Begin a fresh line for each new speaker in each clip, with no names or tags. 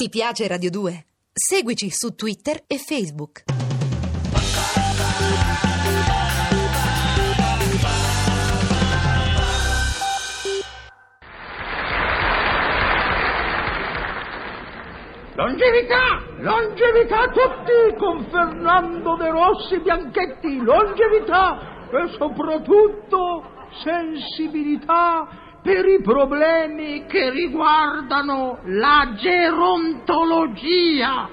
Ti piace Radio 2? Seguici su Twitter e Facebook.
Longevità! Longevità a tutti con Fernando De Rossi Bianchetti! Longevità e soprattutto sensibilità per i problemi che riguardano la gerontologia!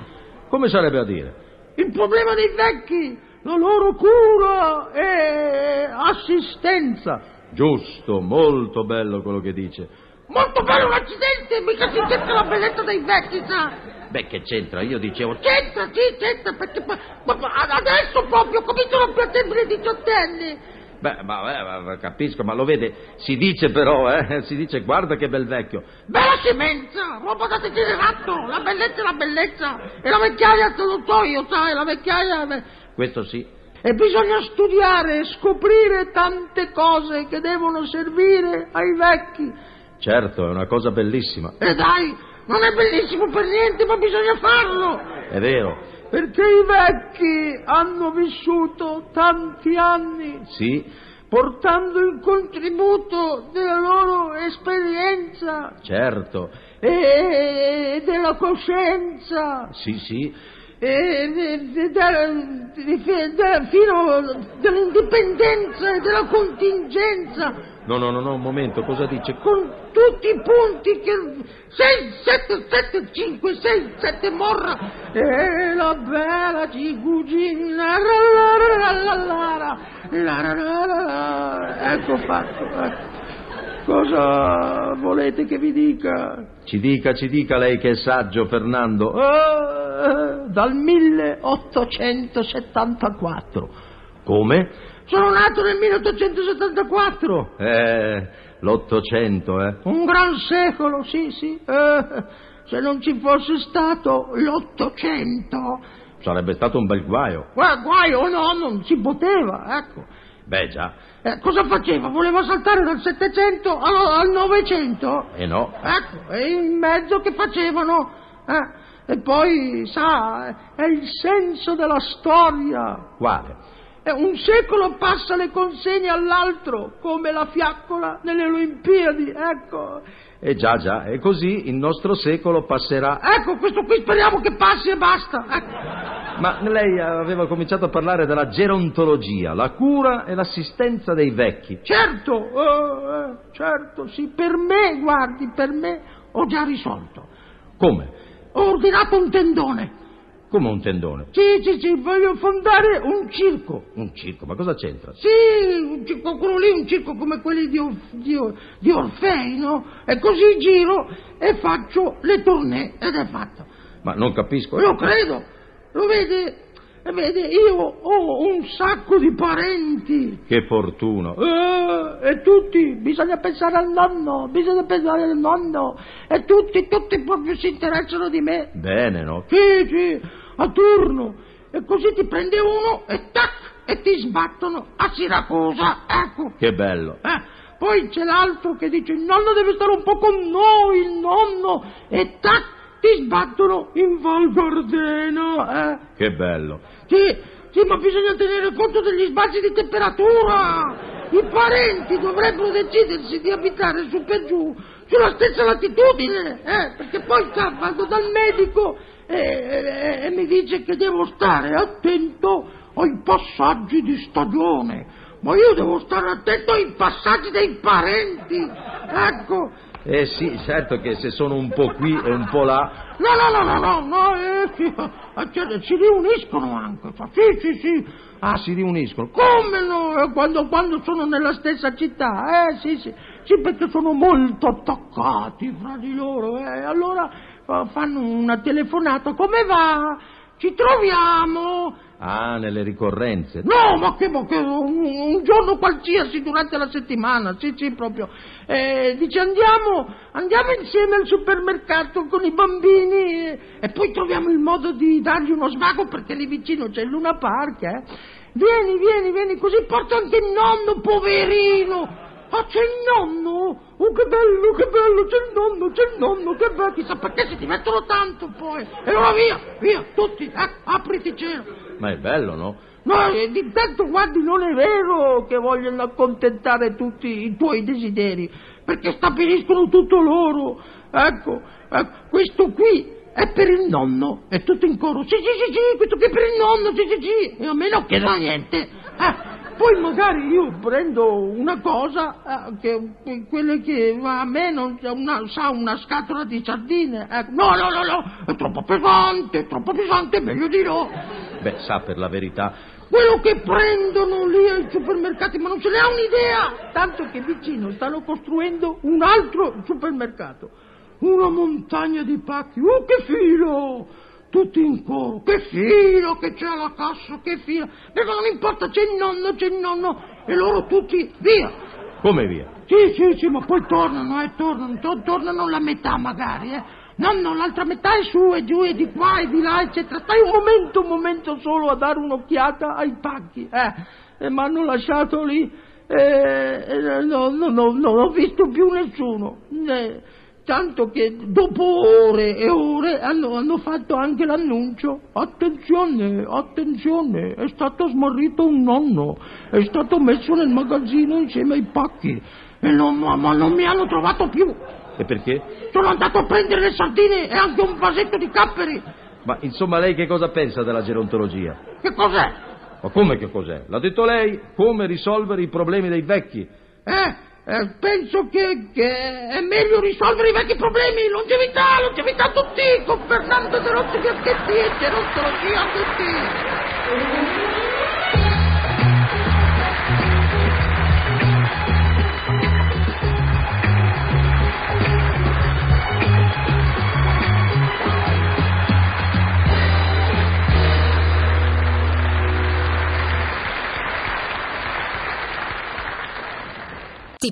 Come sarebbe a dire?
Il problema dei vecchi, la loro cura e assistenza!
Giusto, molto bello quello che dice.
Molto bello l'accidente, mica si cerca la bellezza dei vecchi, sa!
Beh, che c'entra? Io dicevo...
C'entra, sì, c'entra, perché ma- ma- ma adesso proprio cominciano a piacermi i diciottenni!
Beh, ma, eh, ma- ma capisco, ma lo vede, si dice però, eh, si dice guarda che bel vecchio.
Bella scemenza, roba da sentire ratto, la bellezza è la bellezza, e la vecchiaia sono so io, sai, la vecchiaia... è be-
Questo sì.
E bisogna studiare, scoprire tante cose che devono servire ai vecchi.
Certo, è una cosa bellissima.
E dai, non è bellissimo per niente, ma bisogna farlo,
È vero.
perché i vecchi hanno vissuto tanti anni
Sì,
portando il contributo della loro esperienza
certo.
e della coscienza
Sì, sì.
e de- de- de- de- de- de- fino dell'indipendenza e della contingenza
No, no, no, no, un momento, cosa dice?
con tutti i punti che 6, 7, 7, 5, 6, 7 morra e la bella di cugina la, la, la, la, la, la, la, la, la, la. ecco fatto ecco. cosa volete che vi dica
Ci dica, ci dica lei che è saggio, Fernando.
Eh, dal 1874.
Come?
Sono nato nel 1874.
Eh, l'Ottocento, eh.
Un gran secolo, sì, sì. Eh, se non ci fosse stato l'Ottocento,
Sarebbe stato un bel guaio.
guai, guai o no, non si poteva, ecco.
Beh, già.
Eh, cosa faceva? Voleva saltare dal Settecento al al Novecento?
E no.
Ecco, e in mezzo che facevano? eh. E poi, sa, è il senso della storia.
Quale?
Eh, Un secolo passa le consegne all'altro, come la fiaccola nelle Olimpiadi, ecco.
E Eh, già, già, e così il nostro secolo passerà.
Ecco, questo qui speriamo che passi e basta. ecco.
Ma lei aveva cominciato a parlare della gerontologia, la cura e l'assistenza dei vecchi.
Certo, eh, eh, certo, sì, per me, guardi, per me ho già risolto.
Come?
Ho ordinato un tendone.
Come un tendone.
Sì, sì, sì, voglio fondare un circo.
Un circo, ma cosa c'entra?
Sì, un circo, quello lì, un circo come quelli di, Or- di Or- di Orfei, no? E così giro e faccio le tournée ed è fatto.
Ma non capisco. Oh,
Lo credo, lo vede, vede, io ho un sacco di parenti.
Che Oh, fortuna.
Eh, e tutti, bisogna pensare al nonno, bisogna pensare al nonno. E tutti, tutti proprio si interessano di me.
Bene, no?
Sì, sì, a turno. E così ti prende uno e tac, e ti sbattono a Siracusa, ecco.
Che bello.
Eh, poi c'è l'altro che dice il nonno deve stare un po' con noi, il nonno, e tac, ti sbattono in Val Gardeno, eh.
Che bello.
Sì, sì, ma bisogna tenere conto degli sbalzi di temperatura. I parenti dovrebbero decidersi di abitare su per giù, sulla stessa latitudine, eh, perché poi sa, vado dal medico e, e- e mi dice che devo stare attento ai passaggi di stagione. Ma io devo stare attento ai passaggi dei parenti, ecco.
Eh sì, certo che se sono un po' qui e un po' là.
No, no, no, no, no, no, eh, sì, eh, cioè, si riuniscono anche, sa, sì, sì, sì.
Ah, si riuniscono.
Come no? Eh, Quando, quando sono nella stessa città, eh sì, sì, sì, perché sono molto attaccati fra di loro, eh. Allora eh, fanno una telefonata, come va? Ci troviamo?
Ah, nelle ricorrenze.
No, ma che, ma che- un, un giorno qualsiasi durante la settimana, sì, sì, proprio. Eh, dice andiamo, andiamo insieme al supermercato con i bambini eh, e poi troviamo il modo di dargli uno svago perché lì vicino c'è il Luna Park, eh. Vieni, vieni, vieni, così porta anche il nonno, poverino. Ah, c'è il nonno! Oh, che bello, che bello, c'è il nonno, c'è il nonno, che bello! Chissà perché si divertono tanto poi! E ora via, via, tutti, eh, apriti cielo!
Ma è bello, no?
No, eh, intanto guardi, non è vero che vogliono accontentare tutti i tuoi desideri, perché stabiliscono tutto loro. Ecco, ecco, questo qui è per il nonno, è tutto in coro. Sì, sì, sì, sì, questo qui è per il nonno, sì, sì, sì, e a me non chiedono niente. Eh, poi magari io prendo una cosa, eh, che, que- quelle che a me non sa una, sa una scatola di sardine. Ecco. No, no, no, no, è troppo pesante, è troppo pesante, meglio di no.
Beh, sa per la verità.
Quello che prendono lì ai supermercati, ma non se ne ha un'idea! Tanto che vicino stanno costruendo un altro supermercato. Una montagna di pacchi. Oh, che filo! Tutti in coro. Che filo che c'è alla cassa, che filo! Perché non importa, c'è il nonno, c'è il nonno. E loro tutti, via!
Come via?
Sì, sì, sì, ma poi tornano, eh, tornano, to- tornano la metà magari, eh. No, no, l'altra metà è su e giù e di qua e di là, eccetera. Stai un momento, un momento solo a dare un'occhiata ai pacchi, eh. E mi hanno lasciato lì eh, e no, no, no, non ho visto più nessuno. Eh, tanto che dopo ore e ore hanno, hanno fatto anche l'annuncio. Attenzione, attenzione, è stato smarrito un nonno, è stato messo nel magazzino insieme ai pacchi. E non, ma ma non mi hanno trovato più.
E perché?
Sono andato a prendere le sardine e anche un vasetto di capperi.
Ma insomma, lei che cosa pensa della gerontologia?
Che cos'è?
Ma come che cos'è? L'ha detto lei, come risolvere i problemi dei vecchi.
Eh, eh, penso che, che è meglio risolvere i vecchi problemi, longevità, longevità a tutti, con Fernando De Rossi Fiaschetti e gerontologia a tutti.
Ti